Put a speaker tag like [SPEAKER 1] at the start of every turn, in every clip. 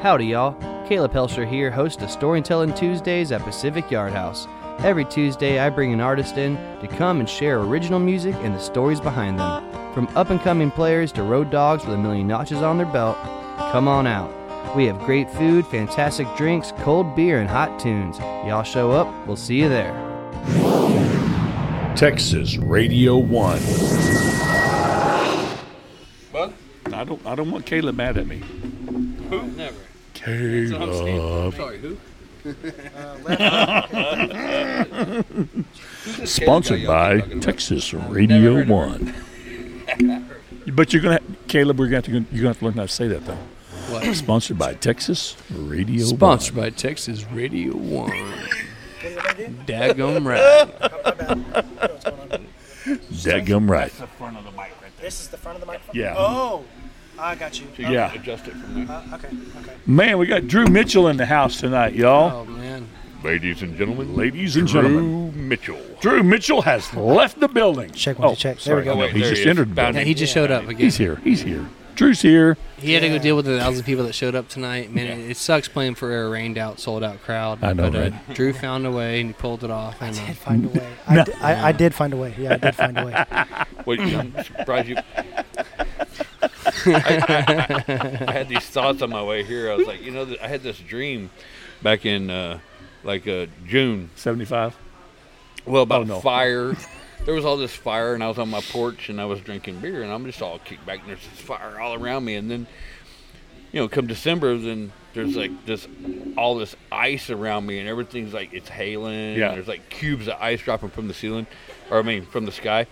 [SPEAKER 1] Howdy, y'all. Caleb Helsher here, host of Storytelling Tuesdays at Pacific Yard House. Every Tuesday, I bring an artist in to come and share original music and the stories behind them. From up and coming players to road dogs with a million notches on their belt, come on out. We have great food, fantastic drinks, cold beer, and hot tunes. Y'all show up, we'll see you there.
[SPEAKER 2] Texas Radio One.
[SPEAKER 3] Bug?
[SPEAKER 2] I don't. I don't want Caleb mad at me.
[SPEAKER 3] Never.
[SPEAKER 2] Caleb.
[SPEAKER 3] Sorry, who?
[SPEAKER 2] Sponsored by Texas Radio One. but you're gonna, Caleb. We're gonna have to. You're gonna have to learn how to say that though.
[SPEAKER 3] What?
[SPEAKER 2] Sponsored by Texas Radio
[SPEAKER 3] Sponsored by Texas Radio 1. Daggum right.
[SPEAKER 2] One. Dadgum right.
[SPEAKER 4] This is the front of the microphone?
[SPEAKER 2] Yeah.
[SPEAKER 4] Oh, I got you.
[SPEAKER 2] Yeah.
[SPEAKER 3] Adjust it from there.
[SPEAKER 4] Uh, okay, okay.
[SPEAKER 2] Man, we got Drew Mitchell in the house tonight, y'all.
[SPEAKER 3] Oh, man.
[SPEAKER 2] Ladies and gentlemen. Ladies and gentlemen. Drew Mitchell. Drew Mitchell has left the building.
[SPEAKER 4] Check one, two, check. There
[SPEAKER 2] sorry.
[SPEAKER 4] we go.
[SPEAKER 2] Oh, no,
[SPEAKER 5] Wait,
[SPEAKER 2] he
[SPEAKER 5] there
[SPEAKER 2] just
[SPEAKER 5] he is.
[SPEAKER 2] entered the
[SPEAKER 5] Found
[SPEAKER 2] building.
[SPEAKER 3] Yeah, he just showed up again.
[SPEAKER 2] He's here. He's here. Drew's here.
[SPEAKER 3] He had to go deal with the thousand people that showed up tonight. Man, it, it sucks playing for a rained out, sold out crowd.
[SPEAKER 2] I know,
[SPEAKER 3] but, uh,
[SPEAKER 2] right?
[SPEAKER 3] Drew found a way and he pulled it off. And,
[SPEAKER 4] I
[SPEAKER 3] uh,
[SPEAKER 4] did find a way. I, di- I, I did find a way. Yeah, I did find a way.
[SPEAKER 5] Wait, I'm surprised you. I, I- I had these thoughts on my way here. I was like, you know, th- I had this dream back in uh, like uh, June.
[SPEAKER 2] 75.
[SPEAKER 5] Well, about
[SPEAKER 2] Oh, no.
[SPEAKER 5] fire. There was all this fire, and I was on my porch and I was drinking beer, and I'm just all kicked back, and there's this fire all around me. And then, you know, come December, then there's like this, all this ice around me, and everything's like it's hailing.
[SPEAKER 2] Yeah.
[SPEAKER 5] And there's like cubes of ice dropping from the ceiling, or I mean, from the sky.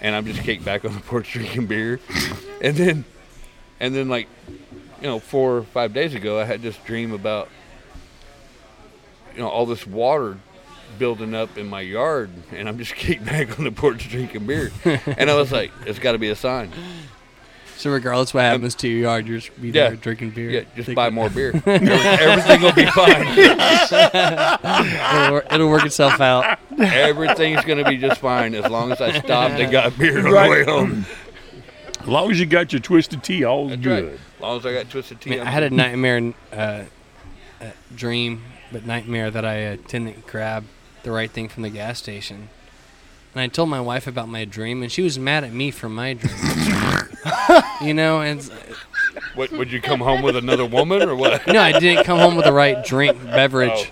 [SPEAKER 5] And I'm just kicked back on the porch drinking beer. and then, and then, like, you know, four or five days ago, I had this dream about, you know, all this water building up in my yard, and I'm just kicked back on the porch drinking beer. and I was like, it's got to be a sign.
[SPEAKER 3] so, regardless what happens to your yard, you're just be
[SPEAKER 5] Yeah.
[SPEAKER 3] there drinking beer.
[SPEAKER 5] Yeah, just
[SPEAKER 3] Think-
[SPEAKER 5] buy more beer. Every- Everything will be fine.
[SPEAKER 3] It'll, wor- it'll work itself out.
[SPEAKER 5] Everything's going to be just fine as long as I stopped and got beer on
[SPEAKER 2] Right.
[SPEAKER 5] the way home.
[SPEAKER 2] As long as you got your twisted tea, all
[SPEAKER 5] That's right.
[SPEAKER 2] good.
[SPEAKER 5] As long as I got twisted tea.
[SPEAKER 3] Man, I had a nightmare uh, uh, dream, but nightmare that I attendant grabbed the right thing from the gas station. And I told my wife about my dream, and she was mad at me for my dream. you know, and it's-
[SPEAKER 5] What, would you come home with another woman or what?
[SPEAKER 3] no, I didn't come home with the right drink beverage.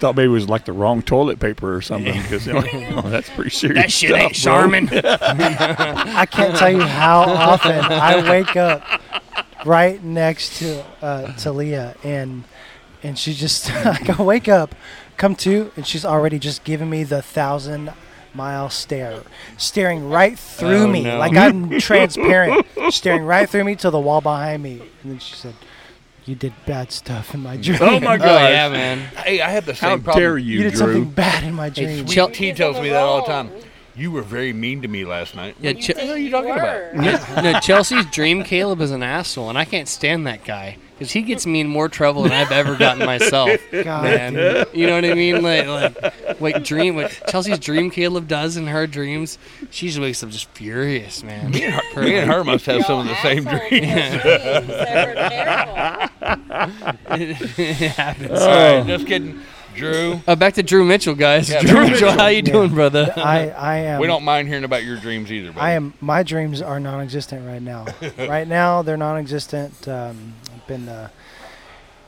[SPEAKER 2] Thought maybe it was like the wrong toilet paper or something. Because that's pretty serious. stuff, bro.
[SPEAKER 4] I can't tell you how often I wake up right next to uh, to Leah, and and she just like I wake up, come to, and she's already just giving me the thousand mile stare, staring right through
[SPEAKER 3] Oh,
[SPEAKER 4] me
[SPEAKER 3] no.
[SPEAKER 4] like I'm transparent, staring right through me to the wall behind me, and then she said, "You did bad stuff in my dream.
[SPEAKER 2] Oh my
[SPEAKER 3] Oh,
[SPEAKER 2] God!
[SPEAKER 3] yeah, man.
[SPEAKER 5] Hey, I had the same
[SPEAKER 2] How
[SPEAKER 5] problem.
[SPEAKER 2] dare you,
[SPEAKER 4] you did something
[SPEAKER 2] Drew?
[SPEAKER 4] bad in my dream."
[SPEAKER 3] Chel-
[SPEAKER 5] He tells me that all the time. You were very mean to me last night.
[SPEAKER 3] Yeah, Ch-
[SPEAKER 5] What are you talking about?
[SPEAKER 3] no, no, Chelsea's dream Caleb is an asshole, and I can't stand that guy because he gets me in more trouble than I've ever gotten myself.
[SPEAKER 4] God.
[SPEAKER 3] man. You know what I mean? Like, like, like dream. What Chelsea's dream Caleb does in her dreams, she just wakes up just furious, man.
[SPEAKER 5] Me and her must have some of the same dreams.
[SPEAKER 3] it happens.
[SPEAKER 5] All right, just kidding. Drew,
[SPEAKER 3] Uh, back to Drew Mitchell, guys.
[SPEAKER 5] Yeah,
[SPEAKER 3] Drew
[SPEAKER 5] Drew
[SPEAKER 3] Mitchell, how you
[SPEAKER 4] Yeah.
[SPEAKER 3] doing, brother?
[SPEAKER 4] I, I am.
[SPEAKER 5] we don't mind hearing about your dreams either. Buddy.
[SPEAKER 4] I am. My dreams are non-existent right now. right now, they're non-existent. Um, I've been uh,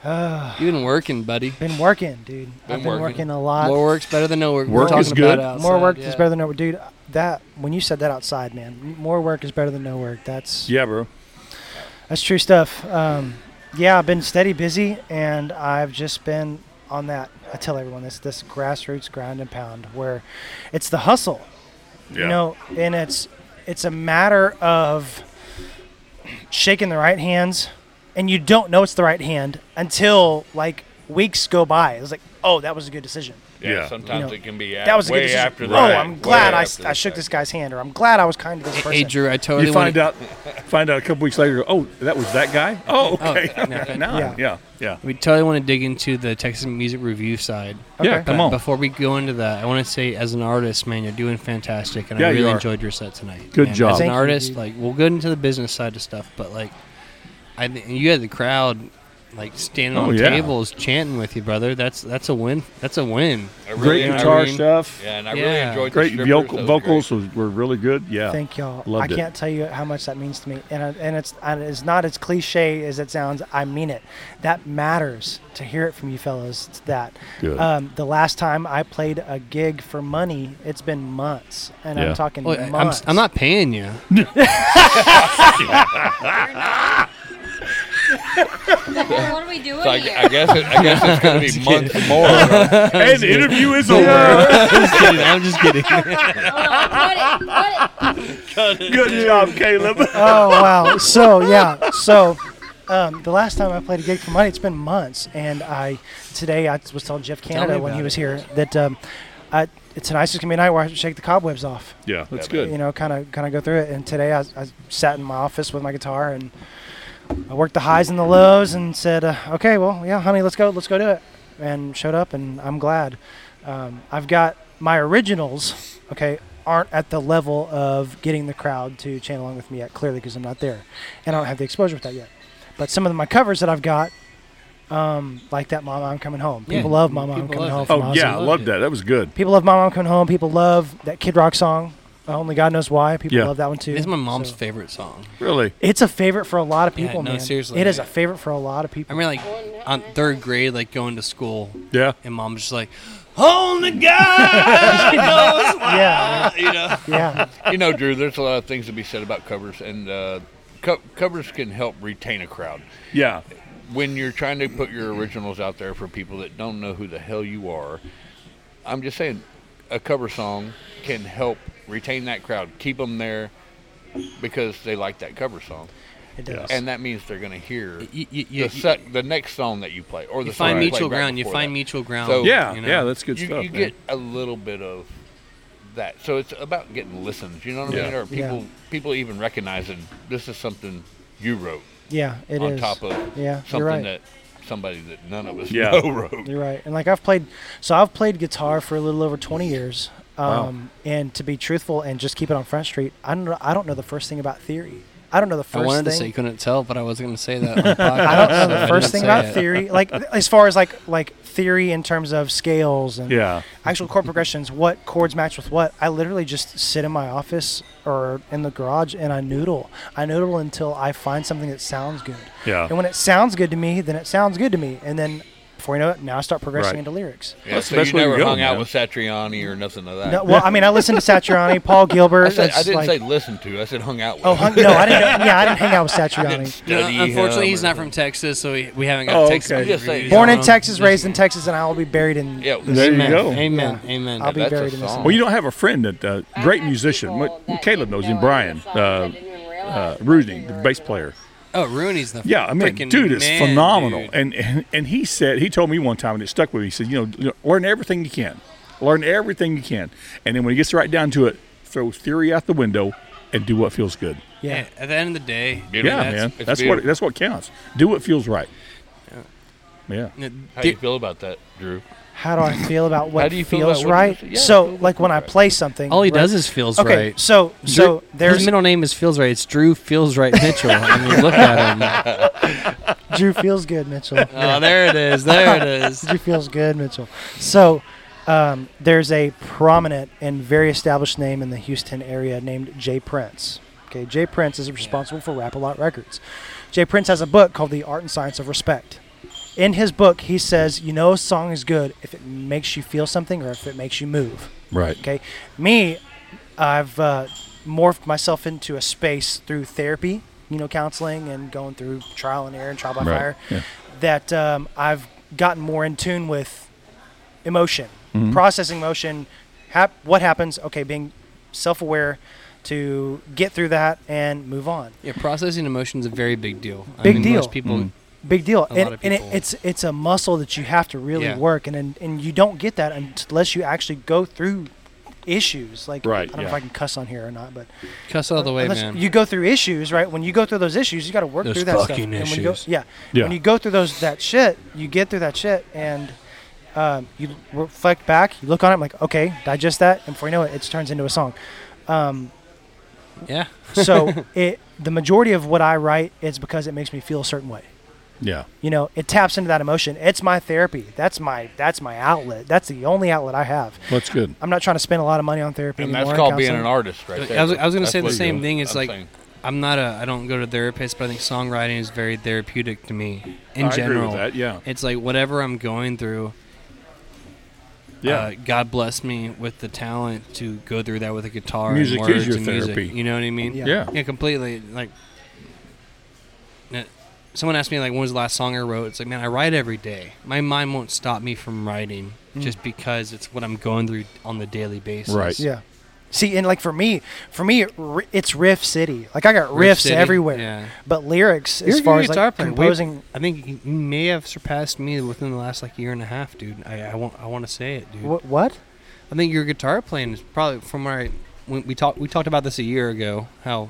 [SPEAKER 4] uh,
[SPEAKER 3] you been working, buddy.
[SPEAKER 4] been working, dude. I've
[SPEAKER 5] Been
[SPEAKER 4] been
[SPEAKER 5] working.
[SPEAKER 4] working, a lot.
[SPEAKER 3] More work's better than no work.
[SPEAKER 2] Work
[SPEAKER 3] We're
[SPEAKER 2] is
[SPEAKER 3] talking about
[SPEAKER 2] good.
[SPEAKER 3] outside,
[SPEAKER 4] More work
[SPEAKER 3] yeah.
[SPEAKER 4] is better than no work, dude. That when you said that outside, man. More work is better than no work. That's
[SPEAKER 2] Yeah, bro.
[SPEAKER 4] that's true stuff. Um, yeah, I've been steady busy, and I've just been on that. I tell everyone this this grassroots grind and pound where it's the hustle. you know and it's it's a matter of shaking the right hands and you don't know it's the right hand until like weeks go by it's like oh that was a good decision
[SPEAKER 5] Yeah,
[SPEAKER 2] Yeah.
[SPEAKER 5] sometimes
[SPEAKER 4] You know,
[SPEAKER 5] it can be
[SPEAKER 4] that was a
[SPEAKER 5] way
[SPEAKER 4] good decision
[SPEAKER 5] after
[SPEAKER 4] oh
[SPEAKER 5] the fact,
[SPEAKER 4] i'm
[SPEAKER 5] way
[SPEAKER 4] glad I,
[SPEAKER 5] after
[SPEAKER 4] I
[SPEAKER 5] the
[SPEAKER 4] shook
[SPEAKER 5] fact.
[SPEAKER 4] this guy's hand or i'm glad i was kind to this person
[SPEAKER 3] Hey, Drew, I totally
[SPEAKER 2] you find
[SPEAKER 3] wanna-
[SPEAKER 2] out. Find out a couple weeks later. Oh, that was that guy. Oh, okay.
[SPEAKER 3] Oh, no, okay.
[SPEAKER 2] Now,
[SPEAKER 4] Yeah.
[SPEAKER 2] yeah, yeah,
[SPEAKER 3] We totally want to dig into the Texas music review side.
[SPEAKER 2] yeah. Come
[SPEAKER 3] But
[SPEAKER 2] on.
[SPEAKER 3] Before we go into that, I want to say, as an artist, man, you're doing fantastic, and
[SPEAKER 2] Yeah,
[SPEAKER 3] I
[SPEAKER 2] you
[SPEAKER 3] really
[SPEAKER 2] are.
[SPEAKER 3] enjoyed your set tonight.
[SPEAKER 2] Good
[SPEAKER 3] man.
[SPEAKER 2] job.
[SPEAKER 3] As an
[SPEAKER 4] Thank you,
[SPEAKER 3] artist,
[SPEAKER 4] dude.
[SPEAKER 3] like we'll get into the business side of stuff, but like I thi- you had the crowd like standing
[SPEAKER 2] Oh,
[SPEAKER 3] on
[SPEAKER 2] yeah.
[SPEAKER 3] tables chanting with you, brother. That's that's a win. That's a win.
[SPEAKER 5] I
[SPEAKER 2] Great
[SPEAKER 5] really- I
[SPEAKER 2] guitar
[SPEAKER 5] really-
[SPEAKER 2] stuff.
[SPEAKER 5] Yeah, and I
[SPEAKER 3] Yeah.
[SPEAKER 5] really enjoyed
[SPEAKER 2] Great
[SPEAKER 5] the
[SPEAKER 2] voc-
[SPEAKER 5] strippers, that was
[SPEAKER 2] vocals was, were really good. Yeah.
[SPEAKER 4] Thank y'all.
[SPEAKER 2] Oh, Loved
[SPEAKER 4] I
[SPEAKER 2] it.
[SPEAKER 4] can't tell you how much that means to me, and I, and it's and it's not as cliche as it sounds. I mean it. That matters to hear it from you fellas. It's that.
[SPEAKER 2] Good.
[SPEAKER 4] Um, the last time I played a gig for money, it's been months, and
[SPEAKER 2] Yeah.
[SPEAKER 4] I'm talking
[SPEAKER 3] Well, I'm,
[SPEAKER 4] months.
[SPEAKER 3] s- I'm not paying you.
[SPEAKER 6] Well, what are we doing
[SPEAKER 5] So I,
[SPEAKER 6] here?
[SPEAKER 5] I guess it, I guess it's gonna be months more. bro.
[SPEAKER 2] and the interview is over.
[SPEAKER 3] I'm just kidding. I'm just kidding.
[SPEAKER 6] Cut it, cut it.
[SPEAKER 2] Good job, Caleb.
[SPEAKER 4] oh wow. So yeah. So um, the last time I played a gig for money, it's been months, and I today I was telling Jeff Canada
[SPEAKER 3] me
[SPEAKER 4] when he
[SPEAKER 3] about
[SPEAKER 4] was
[SPEAKER 3] it.
[SPEAKER 4] here that um, I, tonight's just gonna be a night where I shake the cobwebs off.
[SPEAKER 2] yeah, that's
[SPEAKER 4] you
[SPEAKER 2] good.
[SPEAKER 4] know, kind of kind of go through it. And today I, I sat in my office with my guitar and I worked the highs and the lows and said, uh, "Okay, well, yeah, honey, let's go, let's go do it." And showed up, and I'm glad. Um, I've got my originals. Okay, aren't at the level of getting the crowd to chant along with me yet, clearly because I'm not there, and I don't have the exposure with that yet. But some of my covers that I've got. Um, like that, Mama, I'm coming home.
[SPEAKER 3] Yeah,
[SPEAKER 4] People love Mama, I'm
[SPEAKER 3] people
[SPEAKER 4] coming home.
[SPEAKER 3] love
[SPEAKER 2] Oh
[SPEAKER 4] from Ozzy.
[SPEAKER 2] yeah, I
[SPEAKER 3] Awesome.
[SPEAKER 2] loved that. That was good.
[SPEAKER 4] People love My Mom Coming Home. People love that Kid Rock song. Uh, Only God knows why. People
[SPEAKER 2] Yeah.
[SPEAKER 4] love that one too.
[SPEAKER 3] It's my mom's
[SPEAKER 4] So-
[SPEAKER 3] favorite song.
[SPEAKER 2] Really.
[SPEAKER 4] It's a favorite for a lot of
[SPEAKER 3] Yeah,
[SPEAKER 4] people,
[SPEAKER 3] no,
[SPEAKER 4] man.
[SPEAKER 3] seriously,
[SPEAKER 4] it is
[SPEAKER 3] yeah.
[SPEAKER 4] a favorite for a lot of
[SPEAKER 3] I
[SPEAKER 4] people.
[SPEAKER 3] mean, like on third grade, like going to school,
[SPEAKER 2] Yeah.
[SPEAKER 3] and mom's just like, "Oh my God!"
[SPEAKER 4] yeah,
[SPEAKER 3] you know.
[SPEAKER 4] man. yeah,
[SPEAKER 5] you know, Drew, there's a lot of things to be said about covers, and uh, co- covers can help retain a crowd.
[SPEAKER 2] Yeah.
[SPEAKER 5] When you're trying to put your originals out there for people that don't know who the hell you are, I'm just saying, a cover song can help retain that crowd, keep them there because they like that cover song,
[SPEAKER 4] it does.
[SPEAKER 5] and that means they're gonna hear
[SPEAKER 3] You, you, you,
[SPEAKER 5] the, sec- the next song that you play or the
[SPEAKER 3] you
[SPEAKER 5] song
[SPEAKER 3] find
[SPEAKER 5] you
[SPEAKER 3] mutual
[SPEAKER 5] played right
[SPEAKER 3] ground. You
[SPEAKER 5] before
[SPEAKER 3] find
[SPEAKER 5] that.
[SPEAKER 3] mutual ground.
[SPEAKER 5] So-
[SPEAKER 2] Yeah.
[SPEAKER 3] you know?
[SPEAKER 2] Yeah. That's good
[SPEAKER 5] you,
[SPEAKER 2] stuff.
[SPEAKER 5] you
[SPEAKER 2] man.
[SPEAKER 5] get a little bit of that. So it's about getting listened. You know what
[SPEAKER 2] Yeah.
[SPEAKER 5] I mean? Or
[SPEAKER 4] Yeah.
[SPEAKER 5] people people even recognizing this is something you wrote
[SPEAKER 4] yeah, it is.
[SPEAKER 5] on top of
[SPEAKER 4] yeah,
[SPEAKER 5] something
[SPEAKER 4] you're right.
[SPEAKER 5] that somebody that none of us
[SPEAKER 2] Yeah.
[SPEAKER 5] know wrote.
[SPEAKER 4] You're right. And like I've played, so I've played guitar for a little over 20 years.
[SPEAKER 2] Wow.
[SPEAKER 4] Um, And to be truthful and just keep it on Front Street, I don't know, I don't know the first thing about theory. I don't know the
[SPEAKER 3] I
[SPEAKER 4] first
[SPEAKER 3] wanted
[SPEAKER 4] thing.
[SPEAKER 3] to say you couldn't tell, but I was going to say that. On the podcast,
[SPEAKER 4] I don't
[SPEAKER 3] so
[SPEAKER 4] know the
[SPEAKER 3] I
[SPEAKER 4] first
[SPEAKER 3] didn't
[SPEAKER 4] thing
[SPEAKER 3] say
[SPEAKER 4] about
[SPEAKER 3] it.
[SPEAKER 4] theory, like as far as like like theory in terms of scales and
[SPEAKER 2] Yeah.
[SPEAKER 4] actual chord progressions, what chords match with what. I literally just sit in my office or in the garage and I noodle. I noodle until I find something that sounds good.
[SPEAKER 2] Yeah.
[SPEAKER 4] And when it sounds good to me, then it sounds good to me. And then before you know it, now I start progressing
[SPEAKER 2] Right.
[SPEAKER 4] into lyrics.
[SPEAKER 5] Yeah,
[SPEAKER 2] That's the
[SPEAKER 5] so
[SPEAKER 2] best
[SPEAKER 5] you
[SPEAKER 2] way to
[SPEAKER 5] never
[SPEAKER 2] go,
[SPEAKER 5] hung
[SPEAKER 2] man.
[SPEAKER 5] out with Satriani or nothing of that.
[SPEAKER 4] No, well, I mean, I listened to Satriani, Paul Gilbert.
[SPEAKER 5] I, said, I
[SPEAKER 4] it's
[SPEAKER 5] didn't
[SPEAKER 4] like-
[SPEAKER 5] say listen to. I said hung out with.
[SPEAKER 4] Oh, hung, no, I didn't. Yeah, I didn't hang out with Satriani.
[SPEAKER 3] No,
[SPEAKER 5] Study
[SPEAKER 3] unfortunately,
[SPEAKER 5] him
[SPEAKER 3] he's
[SPEAKER 5] or-
[SPEAKER 3] not from Texas, so we, we haven't
[SPEAKER 2] Oh,
[SPEAKER 3] got
[SPEAKER 2] okay.
[SPEAKER 3] Texas.
[SPEAKER 5] Just say-
[SPEAKER 3] reviews
[SPEAKER 4] Born
[SPEAKER 3] on
[SPEAKER 4] in
[SPEAKER 3] him.
[SPEAKER 4] Texas, raised in Texas, and I will be buried in.
[SPEAKER 5] Yeah,
[SPEAKER 2] There you
[SPEAKER 3] Amen.
[SPEAKER 2] go.
[SPEAKER 3] Amen. Amen.
[SPEAKER 4] I'll be
[SPEAKER 5] that's a
[SPEAKER 4] buried in this.
[SPEAKER 5] song.
[SPEAKER 2] Well, you don't have a friend that uh,
[SPEAKER 6] I
[SPEAKER 2] great
[SPEAKER 6] had
[SPEAKER 2] musician.
[SPEAKER 6] people
[SPEAKER 2] What
[SPEAKER 6] that
[SPEAKER 2] Caleb
[SPEAKER 6] didn't
[SPEAKER 2] knows
[SPEAKER 6] know
[SPEAKER 2] him,
[SPEAKER 6] I
[SPEAKER 2] Brian,
[SPEAKER 6] was a
[SPEAKER 2] uh,
[SPEAKER 6] song, I didn't even
[SPEAKER 2] uh,
[SPEAKER 6] realize
[SPEAKER 2] Rooney,
[SPEAKER 6] I
[SPEAKER 2] the
[SPEAKER 6] was
[SPEAKER 2] bass
[SPEAKER 6] original.
[SPEAKER 2] player.
[SPEAKER 3] oh, Rooney's the
[SPEAKER 2] Yeah, I mean,
[SPEAKER 3] freaking
[SPEAKER 2] dude is
[SPEAKER 3] man,
[SPEAKER 2] phenomenal.
[SPEAKER 3] dude.
[SPEAKER 2] And, and and he said he told me one time and it stuck with me. He said, you know, you know, learn everything you can, learn everything you can, and then when it gets right down to it, throw theory out the window and do what feels good.
[SPEAKER 4] Yeah.
[SPEAKER 3] Yeah, At the end of the day,
[SPEAKER 5] Beautiful.
[SPEAKER 2] Yeah,
[SPEAKER 3] that's-
[SPEAKER 2] man,
[SPEAKER 5] it's
[SPEAKER 2] that's what
[SPEAKER 5] beautiful.
[SPEAKER 2] that's what counts. Do what feels right. Yeah,
[SPEAKER 3] n-
[SPEAKER 5] How do
[SPEAKER 3] di-
[SPEAKER 5] you feel about that, Drew?
[SPEAKER 4] How do I feel about what
[SPEAKER 5] How do you feel
[SPEAKER 4] feels
[SPEAKER 5] about what
[SPEAKER 4] right?
[SPEAKER 5] you- yeah,
[SPEAKER 4] so,
[SPEAKER 5] feels
[SPEAKER 4] like when I play something,
[SPEAKER 3] all he
[SPEAKER 4] right?
[SPEAKER 3] does is feels
[SPEAKER 4] okay.
[SPEAKER 3] right.
[SPEAKER 4] So, so
[SPEAKER 3] His
[SPEAKER 4] there's
[SPEAKER 3] middle name is Feels Right. It's Drew Feels Right Mitchell. I mean, look at him.
[SPEAKER 4] Drew feels good, Mitchell.
[SPEAKER 3] Oh, there it is. There it is.
[SPEAKER 4] Drew feels good, Mitchell. So, um, there's a prominent and very established name in the Houston area named Jay Prince. Okay, Jay Prince is responsible for Rap a Lot Records. Jay Prince has a book called The Art and Science of Respect. In his book, he says, "You know, a song is good if it makes you feel something or if it makes you move."
[SPEAKER 2] right.
[SPEAKER 4] Okay, me, I've uh, morphed myself into a space through therapy, you know, counseling and going through trial and error and trial by
[SPEAKER 2] Right,
[SPEAKER 4] fire.
[SPEAKER 2] yeah.
[SPEAKER 4] That um, I've gotten more in tune with emotion,
[SPEAKER 2] Mm-hmm.
[SPEAKER 4] processing emotion, hap- what happens. Okay, being self-aware to get through that and move on.
[SPEAKER 3] Yeah, processing emotions is a very big deal. I
[SPEAKER 4] Big
[SPEAKER 3] mean,
[SPEAKER 4] deal. Hmm.
[SPEAKER 3] Most people.
[SPEAKER 4] Big deal,
[SPEAKER 3] A
[SPEAKER 4] and,
[SPEAKER 3] lot of
[SPEAKER 4] and it,
[SPEAKER 3] people-
[SPEAKER 4] it's it's a muscle that you have to really
[SPEAKER 3] Yeah.
[SPEAKER 4] work, and, and and you don't get that unless you actually go through issues. Like
[SPEAKER 2] Right,
[SPEAKER 4] I don't know if
[SPEAKER 2] yeah.
[SPEAKER 4] I can cuss on here or not, but
[SPEAKER 3] Cuss all the way,
[SPEAKER 4] Unless
[SPEAKER 3] man.
[SPEAKER 4] You go through issues, right? When you go through those issues, you got to work
[SPEAKER 3] Those
[SPEAKER 4] through that stuff.
[SPEAKER 3] fucking
[SPEAKER 4] And when you go,
[SPEAKER 3] issues.
[SPEAKER 4] yeah.
[SPEAKER 2] Yeah.
[SPEAKER 4] When you go through those that shit, you get through that shit, and um, you reflect back. You look on it, I'm like, okay, digest that, and before you know it, it turns into a song.
[SPEAKER 3] yeah.
[SPEAKER 4] So it the majority of what I write is because it makes me feel a certain way.
[SPEAKER 2] Yeah.
[SPEAKER 4] You know, it taps into that emotion. It's my therapy. That's my that's my outlet. That's the only outlet I have.
[SPEAKER 2] Well, that's
[SPEAKER 3] Uh,
[SPEAKER 2] good.
[SPEAKER 4] I'm not trying to spend a lot of money on therapy
[SPEAKER 5] And
[SPEAKER 4] anymore.
[SPEAKER 5] that's called being
[SPEAKER 4] counseling.
[SPEAKER 5] an artist, right there.
[SPEAKER 3] I was, I was going
[SPEAKER 5] That's
[SPEAKER 3] to say the
[SPEAKER 5] what
[SPEAKER 3] same
[SPEAKER 5] you're-
[SPEAKER 3] thing. It's
[SPEAKER 5] I'm
[SPEAKER 3] like
[SPEAKER 5] saying.
[SPEAKER 3] I'm not a I don't go to therapists, but I think songwriting is very therapeutic to me
[SPEAKER 2] I agree
[SPEAKER 3] in
[SPEAKER 2] with
[SPEAKER 3] general.
[SPEAKER 2] that, yeah.
[SPEAKER 3] It's like whatever I'm going through.
[SPEAKER 2] Yeah.
[SPEAKER 3] Uh, God bless me with the talent to go through that with a guitar.
[SPEAKER 2] Music
[SPEAKER 3] and
[SPEAKER 2] is
[SPEAKER 3] words
[SPEAKER 2] your
[SPEAKER 3] and
[SPEAKER 2] therapy.
[SPEAKER 3] Music, you know what I mean?
[SPEAKER 4] Yeah.
[SPEAKER 2] yeah.
[SPEAKER 3] Yeah, completely. Like, uh, someone asked me like, when was the last song I wrote? It's like, man, I write every day. My mind won't stop me from writing just because it's what I'm going through on the daily basis.
[SPEAKER 2] Right.
[SPEAKER 4] Yeah. See, and like for me, for me, it ri- it's riff city. Like I got riffs
[SPEAKER 3] City,
[SPEAKER 4] everywhere,
[SPEAKER 3] yeah.
[SPEAKER 4] but lyrics as
[SPEAKER 3] You're a
[SPEAKER 4] far
[SPEAKER 3] good
[SPEAKER 4] as
[SPEAKER 3] guitar
[SPEAKER 4] like
[SPEAKER 3] player. We-
[SPEAKER 4] composing.
[SPEAKER 3] I think you you may have surpassed me within the last like year and a half, dude. I I want I want to say it, dude.
[SPEAKER 4] Wh- what?
[SPEAKER 3] I think your guitar playing is probably from where I when we talked we talked about this a year ago. How